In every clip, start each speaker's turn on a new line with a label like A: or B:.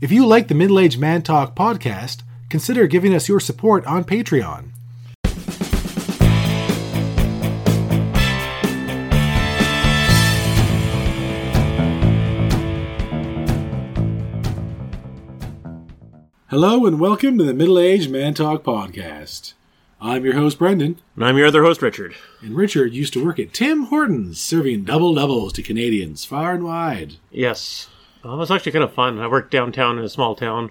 A: If you like the Middle Aged Man Talk podcast, consider giving us your support on Patreon. Hello and welcome to the Middle Aged Man Talk podcast. I'm your host, Brendan,
B: And I'm your other host, Richard.
A: and Richard used to work at Tim Hortons, serving double doubles to Canadians far and wide.
B: Yes. Uh, it was actually kind of fun. I worked downtown in a small town.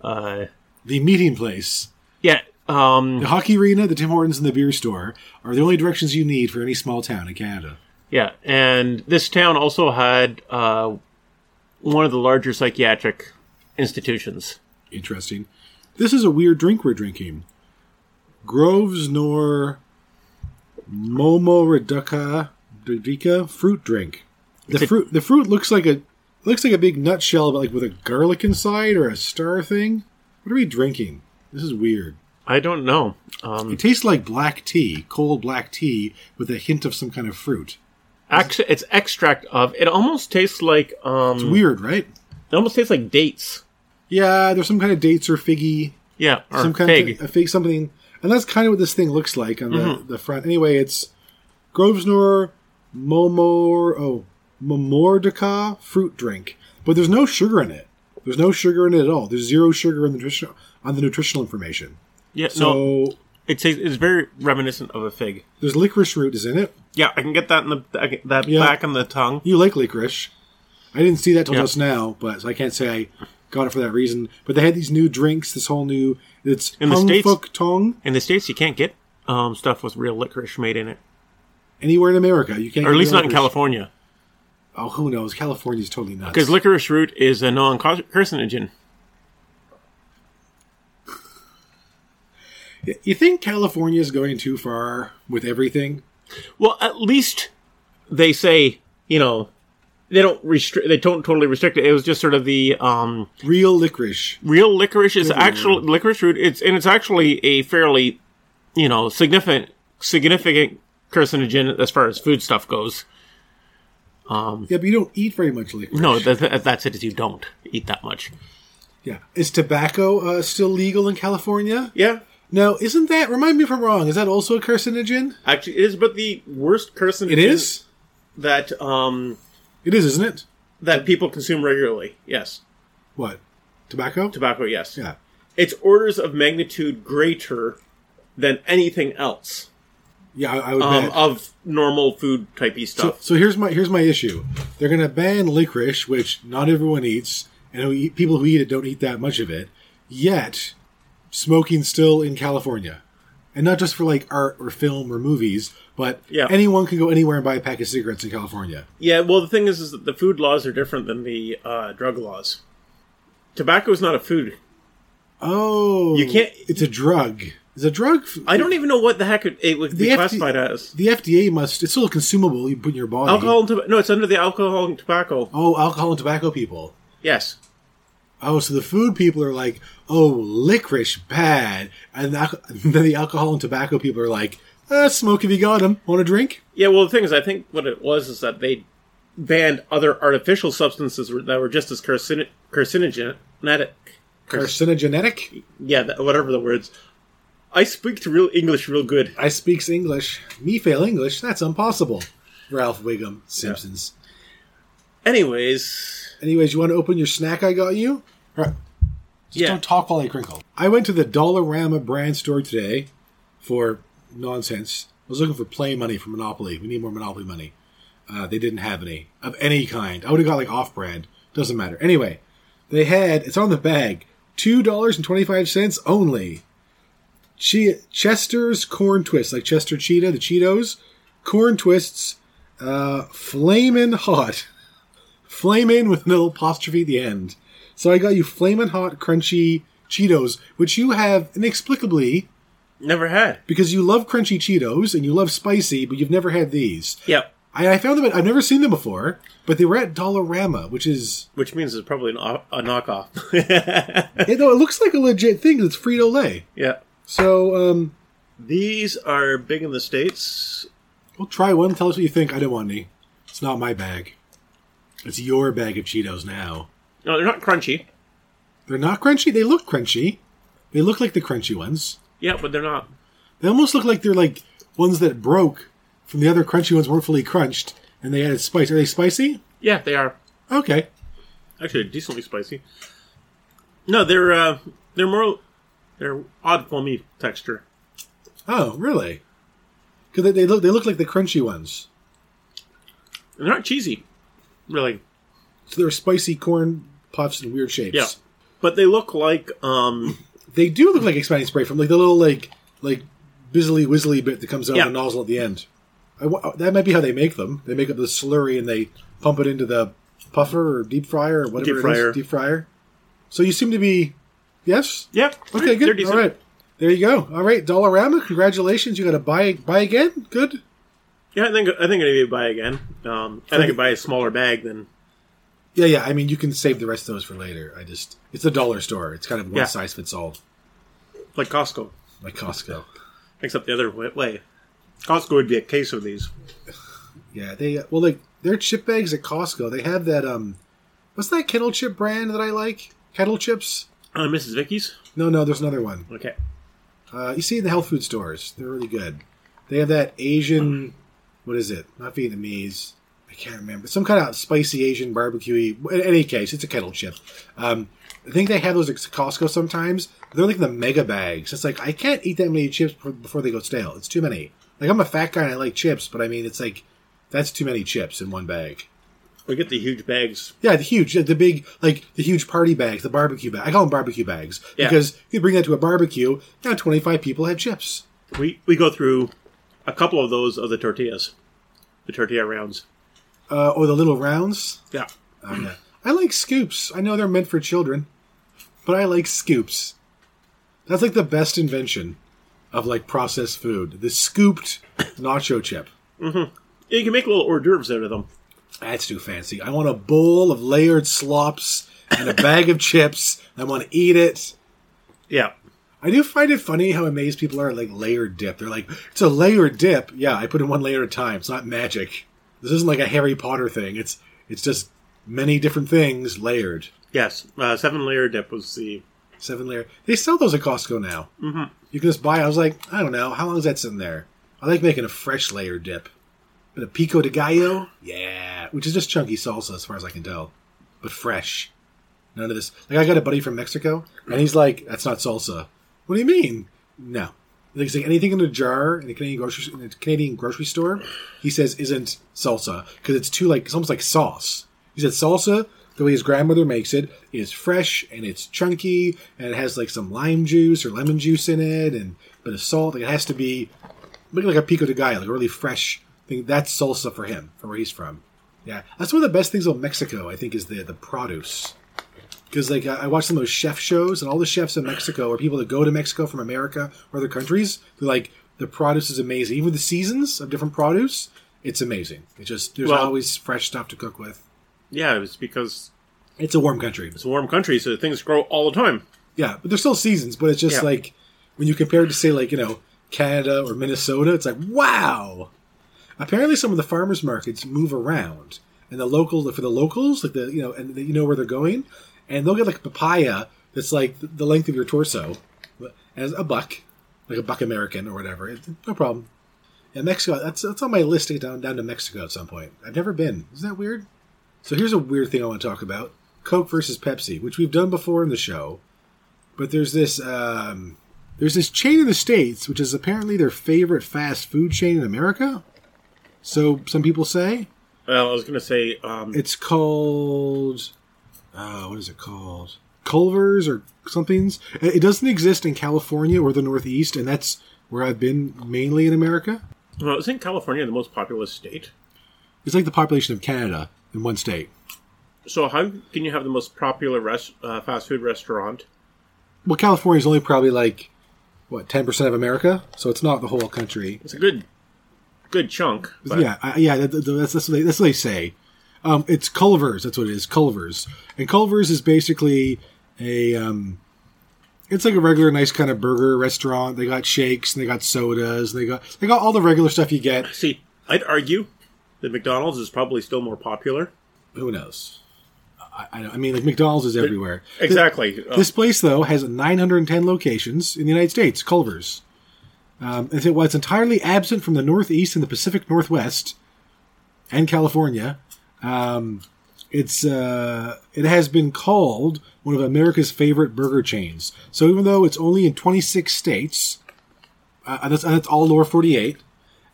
B: Uh,
A: The meeting place
B: yeah. Um,
A: The hockey arena, the Tim Hortons, and the beer store are the only directions you need for any small town in Canada.
B: yeah. And this town also had uh, one of the larger psychiatric institutions.
A: Interesting. This is a weird drink we're drinking. Grosvenor Momo Reduca Redica fruit drink. The
B: It's a-
A: fruit the fruit looks like a looks like a big nutshell but like with a garlic inside or a star thing. What are we drinking? This is weird.
B: I don't know. Um,
A: It tastes like black tea, cold black tea with a hint of some kind of fruit.
B: ex- it's extract of. It almost tastes like. Um,
A: Weird, right?
B: It almost tastes like dates.
A: Yeah, there's some kind of dates or figgy
B: Yeah. Or
A: some kind
B: fig. Mm-hmm.
A: of a fig something, and that's kind of what this thing looks like on the, the front. Anyway, it's Grosvenor Momor oh Momordica fruit drink, but there's no sugar in it. There's no sugar in it at all. There's zero sugar in the nutritional on the nutritional information.
B: yeah.
A: So
B: no. It tastes, it's very reminiscent of a fig.
A: there's licorice root is in it.
B: Yeah, I can get that in the I can- that
A: Yeah.
B: back on the tongue.
A: You like licorice? I didn't see that till
B: Yeah.
A: just now, but so I can't say I got it for that reason. But they had these new drinks. This whole new it's
B: In the
A: Hung
B: States-
A: Fuk Tong
B: In the states, you can't get um, stuff with real licorice made in it,
A: anywhere in America. You can't,
B: or at
A: get
B: least not in
A: licorice.
B: California,
A: Oh, who knows? California's totally nuts.
B: because licorice root is a non-carcinogen.
A: You think California's going too far with everything?
B: Well, at least they say you know they don't restrict. They don't totally restrict it. It was just sort of the um,
A: Real licorice.
B: real licorice is actual licorice root. It's and it's actually a fairly you know significant significant carcinogen as far as food stuff goes.
A: Yeah, but you don't eat very much licorice.
B: No, that, that- that's it. Is you don't eat that much.
A: Yeah. Is tobacco uh, still legal in California?
B: Yeah,
A: No, isn't that? Remind me if I'm wrong. Is that also a carcinogen?
B: actually, it is. But the worst carcinogen
A: It is.
B: that um
A: It is, isn't it?
B: that people consume regularly. Yes,
A: What? Tobacco?
B: tobacco. Yes,
A: yeah.
B: it's orders of magnitude greater than anything else
A: Yeah, I, I would
B: um,
A: bet.
B: of normal food typey
A: so,
B: stuff.
A: so here's my here's my issue. They're going to ban licorice, which not everyone eats, and who eat, people who eat it don't eat that much of it. Yet, smoking's still in California, and not just for like art or film or movies, but
B: Yeah.
A: anyone can go anywhere and buy a pack of cigarettes in California.
B: yeah, well, the thing is, is that the food laws are different than the uh, drug laws. Tobacco is not a food.
A: Oh,
B: You can't-
A: It's a drug. It's a drug.
B: I don't even know what the heck it, it would be
A: The FD
B: classified as.
A: The FDA must. It's still consumable. You put in your body.
B: Alcohol and tobacco. No, it's under the alcohol and tobacco.
A: Oh, alcohol and tobacco people.
B: Yes.
A: Oh, so the food people are like, oh, licorice bad, and the, alco- then the alcohol and tobacco people are like, uh, smoke if you got 'em. Want a drink?
B: Yeah, well, the thing is, I think what it was is that they banned other artificial substances were- that were just as carcin- carcinogenic.
A: Carcinogenetic.
B: yeah, that, whatever the words. I speak to real English real good.
A: I speaks English. Me fail English. That's impossible. Ralph Wiggum, Simpsons.
B: Anyways,
A: Anyways, you want to open your snack I got you? Or- Just
B: Yeah.
A: don't talk while I crinkle. I went to the Dollarama brand store today for nonsense. I was looking for play money for Monopoly. We need more Monopoly money. Uh, they didn't have any of any kind. I would have got like off brand. Doesn't matter. Anyway, they had it's on the bag two dollars and twenty five cents only. Che- Chester's corn twists, like Chester Cheetah, the Cheetos, corn twists, uh, flamin' hot. Flamin' with no apostrophe at the end. So I got you flamin' hot, crunchy Cheetos, which you have inexplicably
B: never had.
A: because you love crunchy Cheetos and you love spicy, but you've never had these.
B: Yeah,
A: I, I found them. At, I've never seen them before, but they were at Dollarama, which is
B: which means it's probably an, o- a knockoff.
A: it, no, it looks like a legit thing. 'cause It's Frito Lay.
B: yeah,
A: So um,
B: these are big in the states.
A: we'll try one. Tell us what you think. I don't want any. It's not my bag. It's your bag of Cheetos now.
B: No, they're not crunchy.
A: They're not crunchy. They look crunchy. They look like the crunchy ones.
B: Yeah, but they're not.
A: They almost look like they're like ones that broke from the other crunchy ones weren't fully crunched, and they added spice. Are they spicy?
B: Yeah, they are
A: Okay.
B: actually decently spicy. No, they're uh, they're more they're odd foamy texture.
A: Oh, really? Because they, they look they look like the crunchy ones.
B: They're not cheesy, really.
A: So they're spicy corn puffs in weird shapes.
B: Yeah, but they look like um,
A: They do look like expanding spray from like the little like like busily whizzly bit that comes out
B: Yeah.
A: of the nozzle at the end. I wa- uh, that might be how they make them. They make up the slurry and they pump it into the puffer or deep fryer or whatever
B: Deep
A: it
B: fryer.
A: is. Deep fryer. So you seem to be yes.
B: yeah.
A: Okay,
B: They're
A: good.
B: decent.
A: All right, there you go. All right, Dollarama, congratulations! You got to buy buy again. Good.
B: Yeah, I think I think I need to buy again. Um, I think I buy a smaller bag than
A: Yeah, yeah. I mean, you can save the rest of those for later. I just it's a dollar store. It's kind of one
B: Yeah.
A: size fits all,
B: like Costco,
A: like Costco.
B: except the other wa- way. Costco would be a case of these.
A: Yeah, they well like their chip bags at Costco. They have that um, what's that kettle chip brand that I like? Kettle chips?
B: Uh, Mrs. Vicky's.
A: No, no, there's another one.
B: Okay.
A: Uh, you see it in the health food stores. They're really good. They have that Asian, what is it? Not Vietnamese. I can't remember. Some kind of spicy Asian barbecue. In any case, it's a kettle chip. Um, I think they have those at Costco sometimes. They're like the mega bags. It's like I can't eat that many chips before- before they go stale. It's too many. Like I'm a fat guy and I like chips, but I mean it's like that's too many chips in one bag.
B: We get the huge bags.
A: Yeah, the huge, the big, like the huge party bags, the barbecue bag. I call them barbecue bags
B: Yeah.
A: because you bring that to a barbecue. Now twenty five people have chips.
B: We we go through a couple of those of the tortillas, the tortilla rounds.
A: Uh, or the little rounds.
B: Yeah.
A: Oh, yeah. I like scoops. I know they're meant for children, but I like scoops. That's like the best invention of like processed food. The scooped nacho chip.
B: You can make little hors d'oeuvres out of them.
A: That's too fancy. I want a bowl of layered slops and a bag of chips. I want to eat it.
B: Yeah.
A: I do find it funny how amazed people are at like layered dip. They're like, it's a layered dip. Yeah, I put in one layer at a time. It's not magic. This isn't like a Harry Potter thing. It's it's just many different things layered.
B: Yes. Uh, seven layer dip was the.
A: Seven layer. They sell those at Costco now. Mm-hmm. You can just buy. I was like, I don't know, how long is that sitting there? I like making a fresh layer dip. But a pico de gallo, yeah, which is just chunky salsa as far as I can tell, but fresh. None of this. Like I got a buddy from Mexico, and he's like, "That's not salsa." What do you mean? No. Like, it's like anything in a jar in a Canadian grocery in a Canadian grocery store, he says isn't salsa because it's too like it's almost like sauce. He said salsa the way his grandmother makes it is fresh and it's chunky and it has like some lime juice or lemon juice in it and a bit of salt. Like, it has to be look like a pico de gallo, like a really fresh thing. That's salsa for him, from where he's from. Yeah, that's one of the best things about Mexico. I think is the the produce because like I, I watch some of those chef shows, and all the chefs in Mexico or people that go to Mexico from America or other countries. They're like the produce is amazing, even with the seasons of different produce. It's amazing. It's just there's
B: Well-
A: always fresh stuff to cook with.
B: Yeah, it was because
A: It's a warm country.
B: it's a warm country, so things grow all the time.
A: Yeah, but there's still seasons, but it's just
B: Yeah.
A: like when you compare it to say like, you know, Canada or Minnesota, it's like, wow. Apparently some of the farmers markets move around and the local for the locals, like the you know, and you know where they're going, and they'll get like a papaya that's like the length of your torso as a buck, like a buck American or whatever. It- No problem. And Mexico, that's that's on my list to get down down to Mexico at some point. I've never been. Isn't that weird? So here's a weird thing I want to talk about: Coke versus Pepsi, which we've done before in the show. But there's this um, there's this chain in the states, which is apparently their favorite fast food chain in America. So some people say
B: Well, Uh, I was going to say, um,
A: it's called uh, what is it called? Culver's or something's. It it doesn't exist in California or the Northeast, and that's where I've been mainly in America.
B: well, isn't California the most populous state?
A: It's like the population of Canada in one state.
B: So how can you have the most popular res- uh, fast food restaurant?
A: Well, California's only probably like what ten percent of America, so it's not the whole country.
B: It's a good, good chunk. But
A: Yeah, I, yeah, that, that- that's that's what they, that's what they say. Um, it's Culver's. That's what it is. Culver's, and Culver's is basically a. Um, it's like a regular, nice kind of burger restaurant. They got shakes and they got sodas and they got they got all the regular stuff you get.
B: See, I'd argue that McDonald's is probably still more popular.
A: Who knows? I, I don't- I mean, like McDonald's is everywhere.
B: Exactly. Uh,
A: This place, though, has 910 locations in the United States, Culver's. Um, and so while it's entirely absent from the Northeast and the Pacific Northwest and California, um, it's uh, it has been called one of America's favorite burger chains. So even though it's only in 26 states, uh, and that's, and that's all lower 48.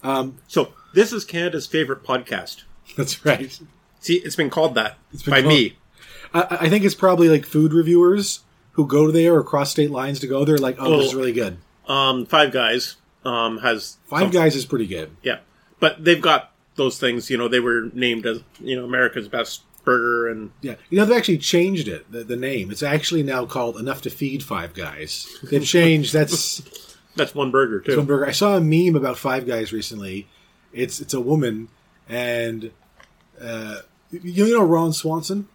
B: so this is Canada's favorite podcast.
A: That's right.
B: See, it's been called that
A: been
B: by
A: called-
B: me.
A: I, I think it's probably like food reviewers who go there or cross state lines to go there. Like, oh, this is
B: Oh.
A: really good.
B: Um, Five Guys um, has
A: Five Guys is pretty good.
B: Yeah, but they've got those things. You know, they were named as you know America's best burger, and
A: Yeah, you know they've actually changed it. The, the name it's actually now called Enough to Feed Five Guys. They've changed. That's
B: that's one burger too.
A: one burger. I saw a meme about Five Guys recently. It's it's a woman and uh, you know Ron Swanson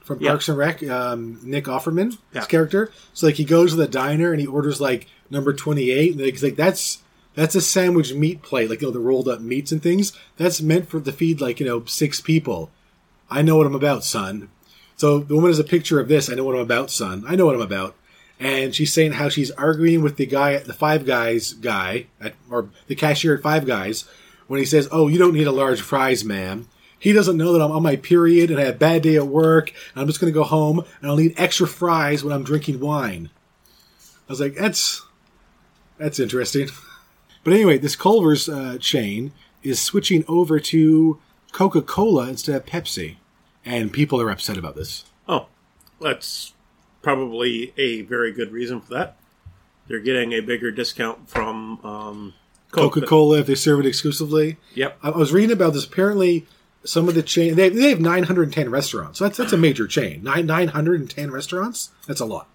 A: from
B: Yeah.
A: Parks and Rec, um, Nick Offerman,
B: Yeah.
A: his character. So like he goes to the diner and he orders like number twenty eight. And he's like that's that's a sandwich meat plate, like you know the rolled up meats and things. That's meant for to feed like you know six people. I know what I'm about, son. So the woman has a picture of this. I know what I'm about, son. I know what I'm about. And she's saying how she's arguing with the guy at the Five Guys guy, at, or the cashier at Five Guys, when he says, Oh, you don't need a large fries, ma'am. He doesn't know that I'm on my period and I had a bad day at work, and I'm just going to go home, and I'll need extra fries when I'm drinking wine. I was like, That's, that's interesting. But anyway, this Culver's uh, chain is switching over to Coca Cola instead of Pepsi. And people are upset about this.
B: Oh, that's probably a very good reason for that. They're getting a bigger discount from um, Coke.
A: Coca Cola, if they serve it exclusively.
B: Yep.
A: I I was reading about this. Apparently, some of the chain they, they have 910 restaurants. So that's that's a major chain. Nine 910 restaurants. That's a lot.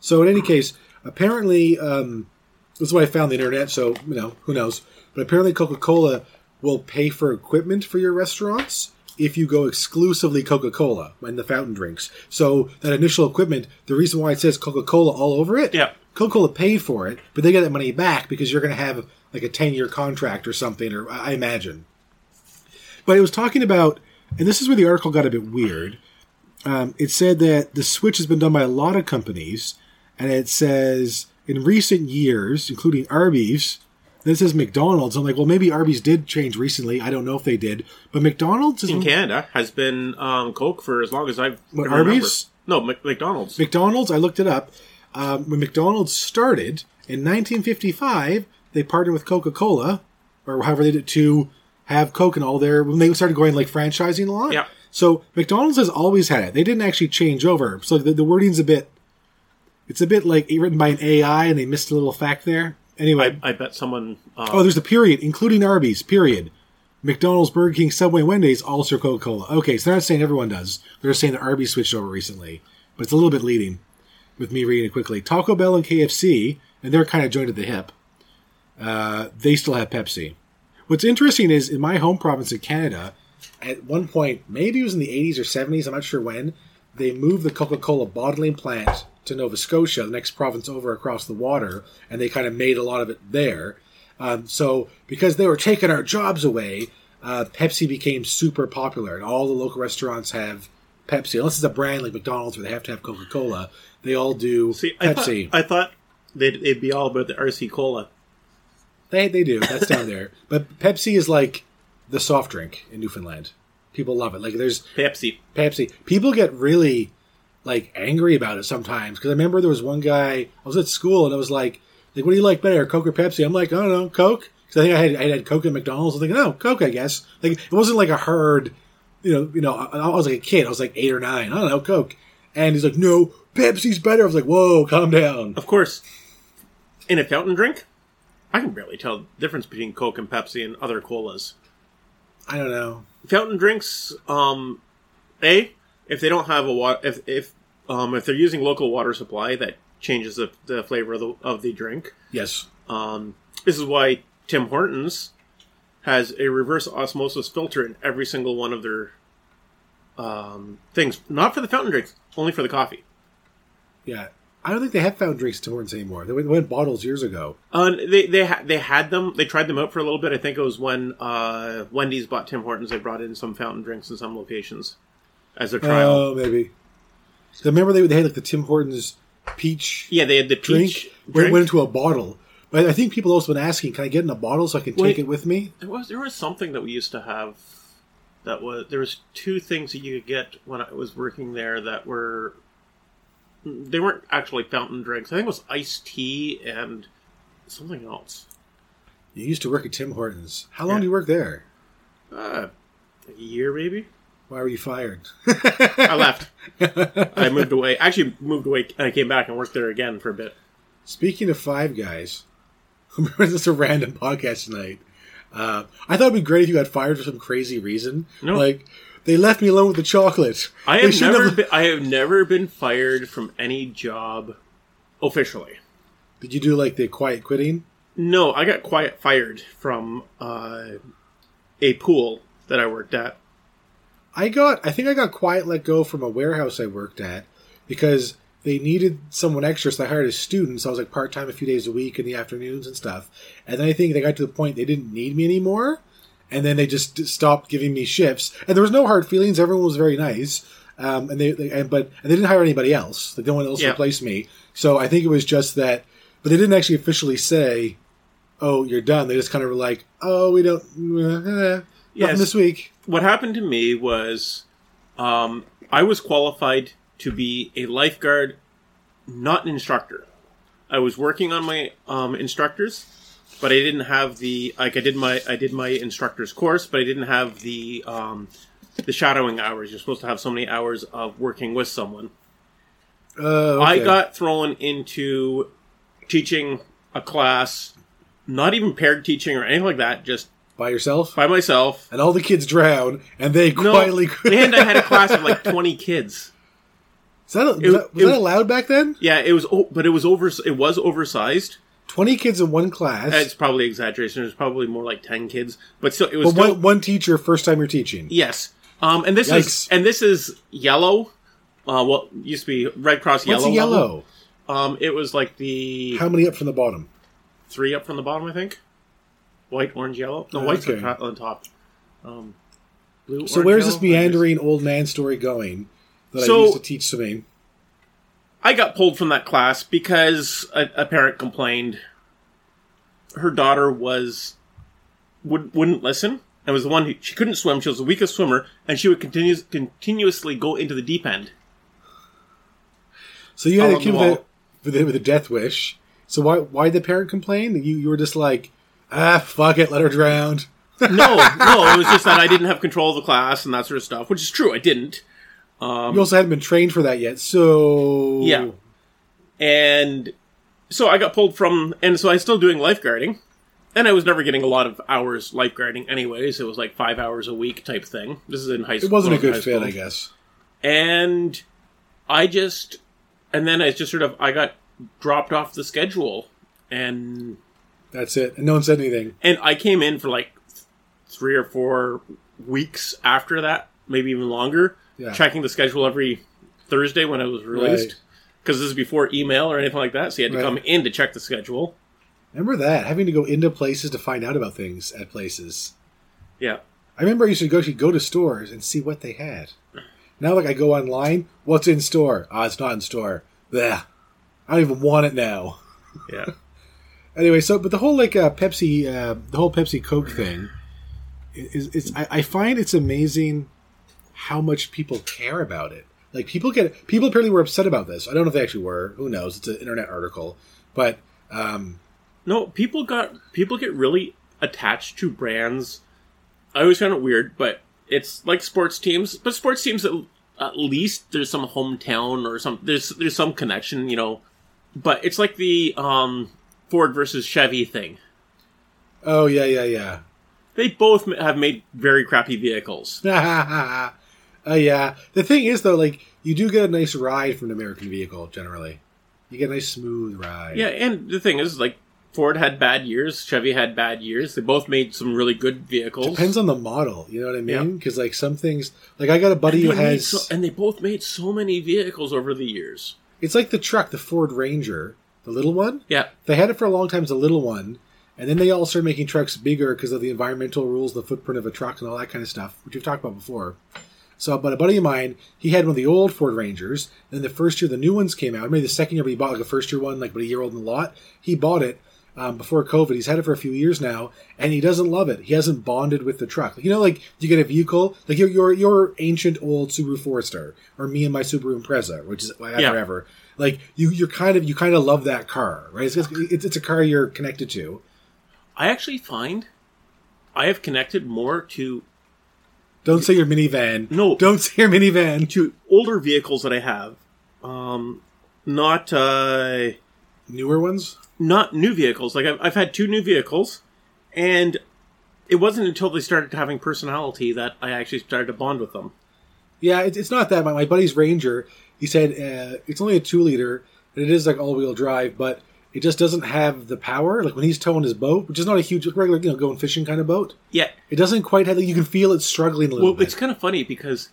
A: So in any case, apparently um, this is what I found on the internet. So you know who knows, but apparently Coca Cola will pay for equipment for your restaurants if you go exclusively Coca Cola and the fountain drinks. So that initial equipment, the reason why it says Coca Cola all over it,
B: Yeah.
A: Coca Cola paid for it, but they get that money back because you're going to have like a 10 year contract or something, or I I imagine. But it was talking about, and this is where the article got a bit weird. Um, it said that the switch has been done by a lot of companies, and it says in recent years, including Arby's, then it says McDonald's. I'm like, well, maybe Arby's did change recently. I don't know if they did, but McDonald's is
B: in Canada has been um, Coke for as long as I've
A: Mm-hmm. What,
B: can remember.
A: Arby's?
B: No, Mc- McDonald's.
A: McDonald's, I looked it up. Um, when McDonald's started in 1955, they partnered with Coca Cola, or however they did it, to have Coke in all their. When they started going like franchising a lot.
B: Yeah.
A: So McDonald's has always had it. They didn't actually change over. So the, the wording's a bit. It's a bit like written by an AI, and they missed a little fact there. Anyway,
B: I bet someone. Uh,
A: Oh, there's the period, including Arby's, period. McDonald's, Burger King, Subway, Wendy's, all serve Coca Cola. Okay, so they're not saying everyone does. They're saying that Arby's switched over recently. But it's a little bit leading with me reading it quickly. Taco Bell and KFC, and they're kind of joined at the hip, uh, they still have Pepsi. What's interesting is in my home province of Canada, at one point, maybe it was in the 80s or 70s, I'm not sure when, they moved the Coca Cola bottling plant to Nova Scotia, the next province over across the water, and they kind of made a lot of it there. Um, so, because they were taking our jobs away, uh, Pepsi became super popular, and all the local restaurants have Pepsi. Unless it's a brand like McDonald's where they have to have Coca Cola, they all do
B: see, I thought,
A: Pepsi.
B: I thought they'd, they'd be all about the RC Cola.
A: They they do. That's down there. But Pepsi is like the soft drink in Newfoundland. People love it. Like there's
B: Pepsi.
A: Pepsi. People get really like angry about it sometimes because I remember there was one guy I was at school and I was like, like, what do you like better, Coke or Pepsi? I'm like, I don't know, Coke. Because I think I had I had Coke at McDonald's. I'm thinking, oh, Coke, I guess. Like it wasn't like a herd, you know, you know. I, I was like a kid. I was like eight or nine. I don't know, Coke. And he's like, no, Pepsi's better. I was like, whoa, calm down.
B: Of course, in a fountain drink, I can barely tell the difference between Coke and Pepsi and other colas.
A: I don't know.
B: Fountain drinks, um, a if they don't have a water, if if um, if they're using local water supply, that changes the, the flavor of the, of the drink.
A: Yes,
B: Um, this is why Tim Hortons has a reverse osmosis filter in every single one of their um, things. Not for the fountain drinks, only for the coffee.
A: Yeah. I don't think they have found drinks to Hortons anymore. They went, they went bottles years ago.
B: Uh, they they ha- they had them. They tried them out for a little bit. I think it was when uh, Wendy's bought Tim Hortons. They brought in some fountain drinks in some locations. as their trial.
A: Oh, maybe. 'Cause Remember they, they had like the Tim Hortons peach
B: yeah, they had the
A: drink,
B: peach
A: where it
B: drink.
A: went into a bottle. But I think people also been asking, can I get in a bottle so I can take
B: Wait.
A: it with me?
B: There was there was something that we used to have that was there was two things that you could get when I was working there that were they weren't actually fountain drinks. I think it was iced tea and something else.
A: You used to work at Tim Hortons. How long
B: Yeah.
A: do you work there?
B: Uh, a year maybe.
A: Why were you fired?
B: I left. I moved away. Actually moved away and I came back and worked there again for a bit.
A: Speaking of Five Guys, remember this is a random podcast tonight. Uh, I thought it'd be great if you got fired for some crazy reason.
B: No.
A: Like they left me alone with the chocolate.
B: I
A: They
B: have
A: shouldn't
B: never been, I have never been fired from any job officially.
A: Did you do like the quiet quitting?
B: No, I got quiet fired from uh, a pool that I worked at.
A: I got. I think I got quiet let go from a warehouse I worked at because they needed someone extra, so they hired a student. So I was like part time a few days a week in the afternoons and stuff. And then I think they got to the point they didn't need me anymore, and then they just d- stopped giving me shifts. And there was no hard feelings. Everyone was very nice. Um, and they, they and but and they didn't hire anybody else. Like no one else
B: Yeah.
A: replaced me. So I think it was just that. But they didn't actually officially say, "Oh, you're done." They just kind of were like, "Oh, we don't." Uh, uh,
B: Yes.
A: Nothing this week.
B: What happened to me was um, I was qualified to be a lifeguard, not an instructor. I was working on my um, instructors, but I didn't have the like I did my I did my instructor's course, but I didn't have the um, the shadowing hours. You're supposed to have so many hours of working with someone.
A: Uh,
B: I
A: okay.
B: got thrown into teaching a class, not even paired teaching or anything like that, just
A: by yourself,
B: by myself.
A: and all the kids drown, and they
B: No,
A: quietly.
B: and I had a class of like twenty kids.
A: Is that, was
B: it-
A: that, was
B: it-
A: that allowed back then?
B: Yeah, it was, o- but it was over. It was oversized.
A: Twenty kids in one class,
B: It's probably exaggeration. It was probably more like ten kids, but still, it was
A: but
B: still,
A: one, one teacher first time you're teaching.
B: yes. Um, and this
A: Yikes.
B: is and this is yellow. Uh, well, used to be Red Cross
A: What's
B: yellow.
A: a
B: level.
A: yellow?
B: Um, it was like the
A: How many up from the bottom?
B: three up from the bottom, I think. White, orange, yellow. No,
A: Oh,
B: white's
A: okay.
B: on top- on top. Um, blue,
A: So
B: orange,
A: where's this
B: yellow, orange.
A: meandering old man story going that I
B: So-
A: used to teach swimming?
B: I got pulled from that class because a, a parent complained. Her daughter was would wouldn't listen and was the one who she couldn't swim. She was the weakest swimmer, and she would continue, continuously go into the deep end.
A: So you had a
B: Along
A: kid
B: the
A: with a,
B: wall.
A: with, a, with a death wish. So why why did the parent complain? You you were just like, ah, fuck it, let her drown.
B: No, no, it was just that I didn't have control of the class and that sort of stuff, which is true. I didn't.
A: you also hadn't been trained for that yet, so
B: Um, Yeah. and so I got pulled from, and so I was still doing lifeguarding, and I was never getting a lot of hours lifeguarding anyways. It was like five hours a week type thing. This is in high school.
A: it wasn't a
B: when I was
A: good
B: in
A: fit,
B: high
A: I
B: school.
A: guess.
B: And I just, and then I just sort of, I got dropped off the schedule, and
A: That's it, and no one said anything.
B: and I came in for like th- three or four weeks after that, maybe even longer,
A: Yeah.
B: checking the schedule every Thursday when it was released. Because this is before email or anything like that, so you had to
A: Right.
B: come in to check the schedule.
A: Remember that having to go into places to find out about things at places.
B: Yeah.
A: I remember I used to go to go to stores and see what they had. Now, like I go online, what's in store? Ah, it's not in store. Bleh. I don't even want it now.
B: Yeah.
A: Anyway, so but the whole like uh, Pepsi, uh, the whole Pepsi Coke thing, is it's I, I find it's amazing how much people care about it. Like people get people apparently were upset about this. I don't know if they actually were. Who knows? It's an internet article, but um,
B: No, people got people get really attached to brands. I always found it weird, but it's like sports teams. But sports teams, at, at least there's some hometown or some there's there's some connection, you know. But it's like the um, Ford versus Chevy thing.
A: oh yeah, yeah, yeah.
B: They both ma- have made very crappy vehicles.
A: uh, yeah. The thing is, though, like you do get a nice ride from an American vehicle. Generally, you get a nice smooth ride.
B: Yeah, and the thing is, like Ford had bad years, Chevy had bad years. They both made some really good vehicles.
A: depends on the model. You know what I mean? Because like some things, like I got a buddy who
B: They made
A: has.
B: so- and they both made so many vehicles over the years.
A: it's like the truck, the Ford Ranger, the little one.
B: Yeah,
A: They had it for a long time as a little one, and then they all started making trucks bigger because of the environmental rules, the footprint of a truck, and all that kind of stuff, which we've talked about before. So, but a buddy of mine, he had one of the old Ford Rangers, and the first year the new ones came out. Maybe the second year, but he bought like a first year one, like but a year old in the lot. He bought it um, before COVID. He's had it for a few years now, and he doesn't love it. He hasn't bonded with the truck. You know, like you get a vehicle, like your your your ancient old Subaru Forester, or me and my Subaru Impreza, which is
B: Yeah.
A: forever. Like you, you're kind of you kind of love that car, right? It's, it's, it's a car you're connected to.
B: I actually find I have connected more to
A: Don't say your minivan.
B: No.
A: don't say your minivan.
B: to older vehicles that I have, um, not uh,
A: Newer ones.
B: not new vehicles. Like I've, I've had two new vehicles, and it wasn't until they started having personality that I actually started to bond with them.
A: Yeah, it, it's not that. My, my buddy's Ranger, he said uh, it's only a two liter, and it is like all wheel drive, but it just doesn't have the power. Like when he's towing his boat, which is not a huge, like regular, you know, going fishing kind of boat,
B: Yeah,
A: it doesn't quite have. Like, you can feel it struggling a little
B: well,
A: bit.
B: it's kind of funny because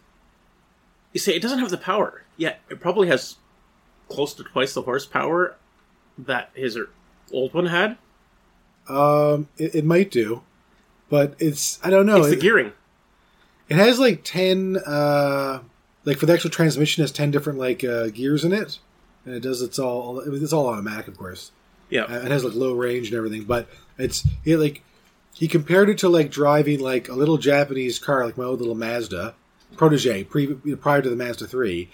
B: you say it doesn't have the power. Yeah, it probably has close to twice the horsepower that his er- old one had.
A: um, it, it might do, but it's I don't know.
B: It's the
A: Oh, It-
B: gearing.
A: It has like ten, uh, like for the actual transmission, it has ten different like uh, gears in it, and it does it's all it's all automatic, of course.
B: Yeah.
A: Uh, It has like low range and everything, but it's it, like he compared it to like driving like a little Japanese car, like my old little Mazda Protege, pre, prior to the Mazda three.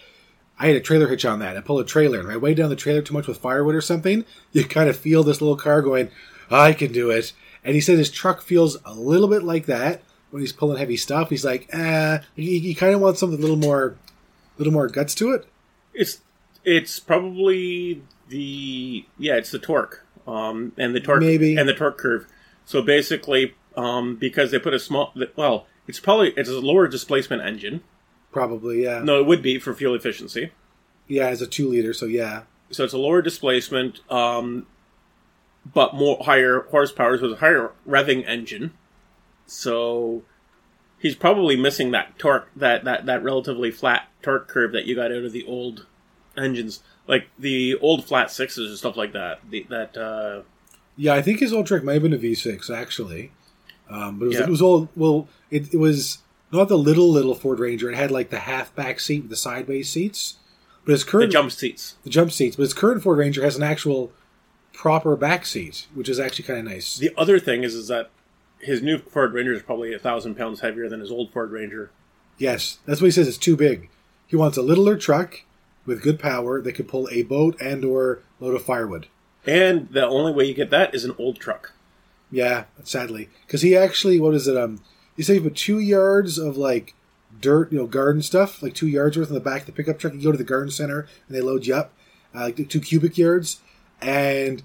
A: I had a trailer hitch on that. I pulled a trailer, and if I weighed down the trailer too much with firewood or something, you kind of feel this little car going, "I can do it." And he said his truck feels a little bit like that when he's pulling heavy stuff. He's like, "Ah," he, he kind of wants something a little more, little more guts to it.
B: It's it's probably the yeah, it's the torque. Um, and the torque
A: Maybe.
B: and the torque curve. So basically, um, because they put a small well, it's probably it's a lower displacement engine.
A: Probably, yeah,
B: No, it would be for fuel efficiency.
A: yeah. It's a two liter, so yeah,
B: So it's a lower displacement, um, but more higher horsepower with a higher revving engine. So he's probably missing that torque that, that, that relatively flat torque curve that you got out of the old engines. Like the old flat sixes and stuff like that. The, that uh,
A: yeah. I think his old truck might have been a V six actually, um, but it was,
B: Yeah.
A: it was all well. It, it was not the little little Ford Ranger. It had like the half back seat with the sideways seats, but his
B: the
A: current
B: jump seats.
A: the jump seats, but its current Ford Ranger has an actual proper back seat, which is actually kind of nice.
B: The other thing is is that his new Ford Ranger is probably a thousand pounds heavier than his old Ford Ranger.
A: yes, that's what he says. It's too big. He wants a littler truck with good power that could pull a boat and or load of firewood.
B: And the only way you get that is an old truck.
A: Yeah, sadly, because he actually what is it? Um, he said he put two yards of like dirt, you know, garden stuff, like two yards worth in the back of the pickup truck. You go to the garden center and they load you up, uh, like two cubic yards, and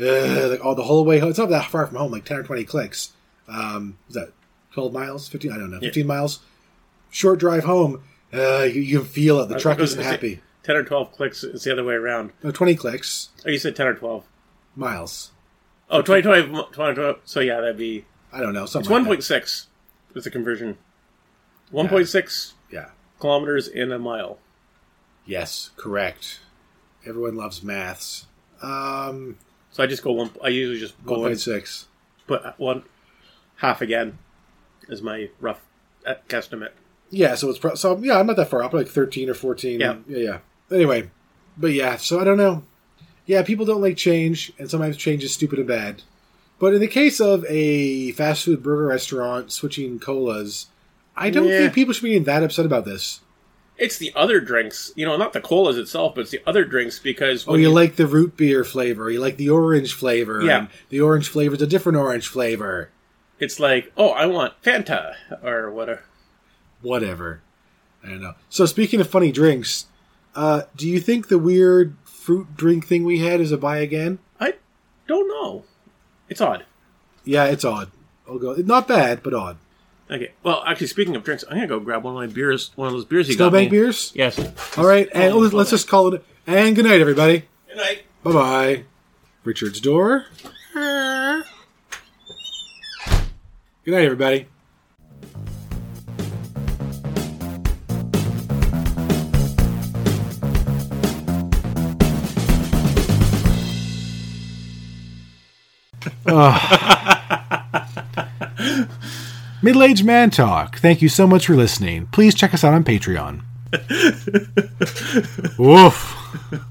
A: uh, like all the whole way home. It's not that far from home, like ten or twenty clicks. Um, is that twelve miles, fifteen? I don't know, fifteen miles. Short drive home. Uh, you, you can feel it. The truck
B: I was
A: isn't
B: gonna say-
A: happy.
B: Ten or twelve clicks is the other way around.
A: No, twenty clicks
B: Oh, you said 10 or 12.
A: miles.
B: Oh, 20, 20, 20, 20. So, yeah, that'd be.
A: I don't know. Something
B: It's
A: like that.
B: 1.6 is the conversion. 1.6
A: Yeah.
B: kilometers in a mile.
A: Yes, correct. Everyone loves maths. Um,
B: So I just go one. I usually just go one,
A: 1.6.
B: put one half again is my rough uh, guesstimate.
A: Yeah, so it's pro- so yeah, I'm not that far up, like 13 or 14.
B: Yeah.
A: yeah, Anyway, but yeah, so I don't know. Yeah, people don't like change, and sometimes change is stupid and bad. But in the case of a fast food burger restaurant switching colas, I don't
B: Yeah.
A: think people should be that upset about this.
B: It's the other drinks, you know, not the colas itself, but it's the other drinks because
A: Oh, you like the root beer flavor, you like the orange flavor.
B: Yeah.
A: and the orange flavor is a different orange flavor.
B: it's like, oh, I want Fanta or whatever.
A: whatever. I don't know. So speaking of funny drinks, uh, do you think the weird fruit drink thing we had is a buy again?
B: I don't know. It's odd.
A: Yeah, it's odd. I'll go. Not bad, but odd.
B: Okay. Well, actually, speaking of drinks, I'm gonna go grab one of my beers, one of those beers you got me.
A: Snowbank beers.
B: Yes.
A: All right, and let's, let's just call it. And good night, everybody.
B: Good night.
A: Bye bye. Richard's door. Good night, everybody. Middle aged Ah. man talk. Thank you so much for listening. Please check us out on Patreon. Woof.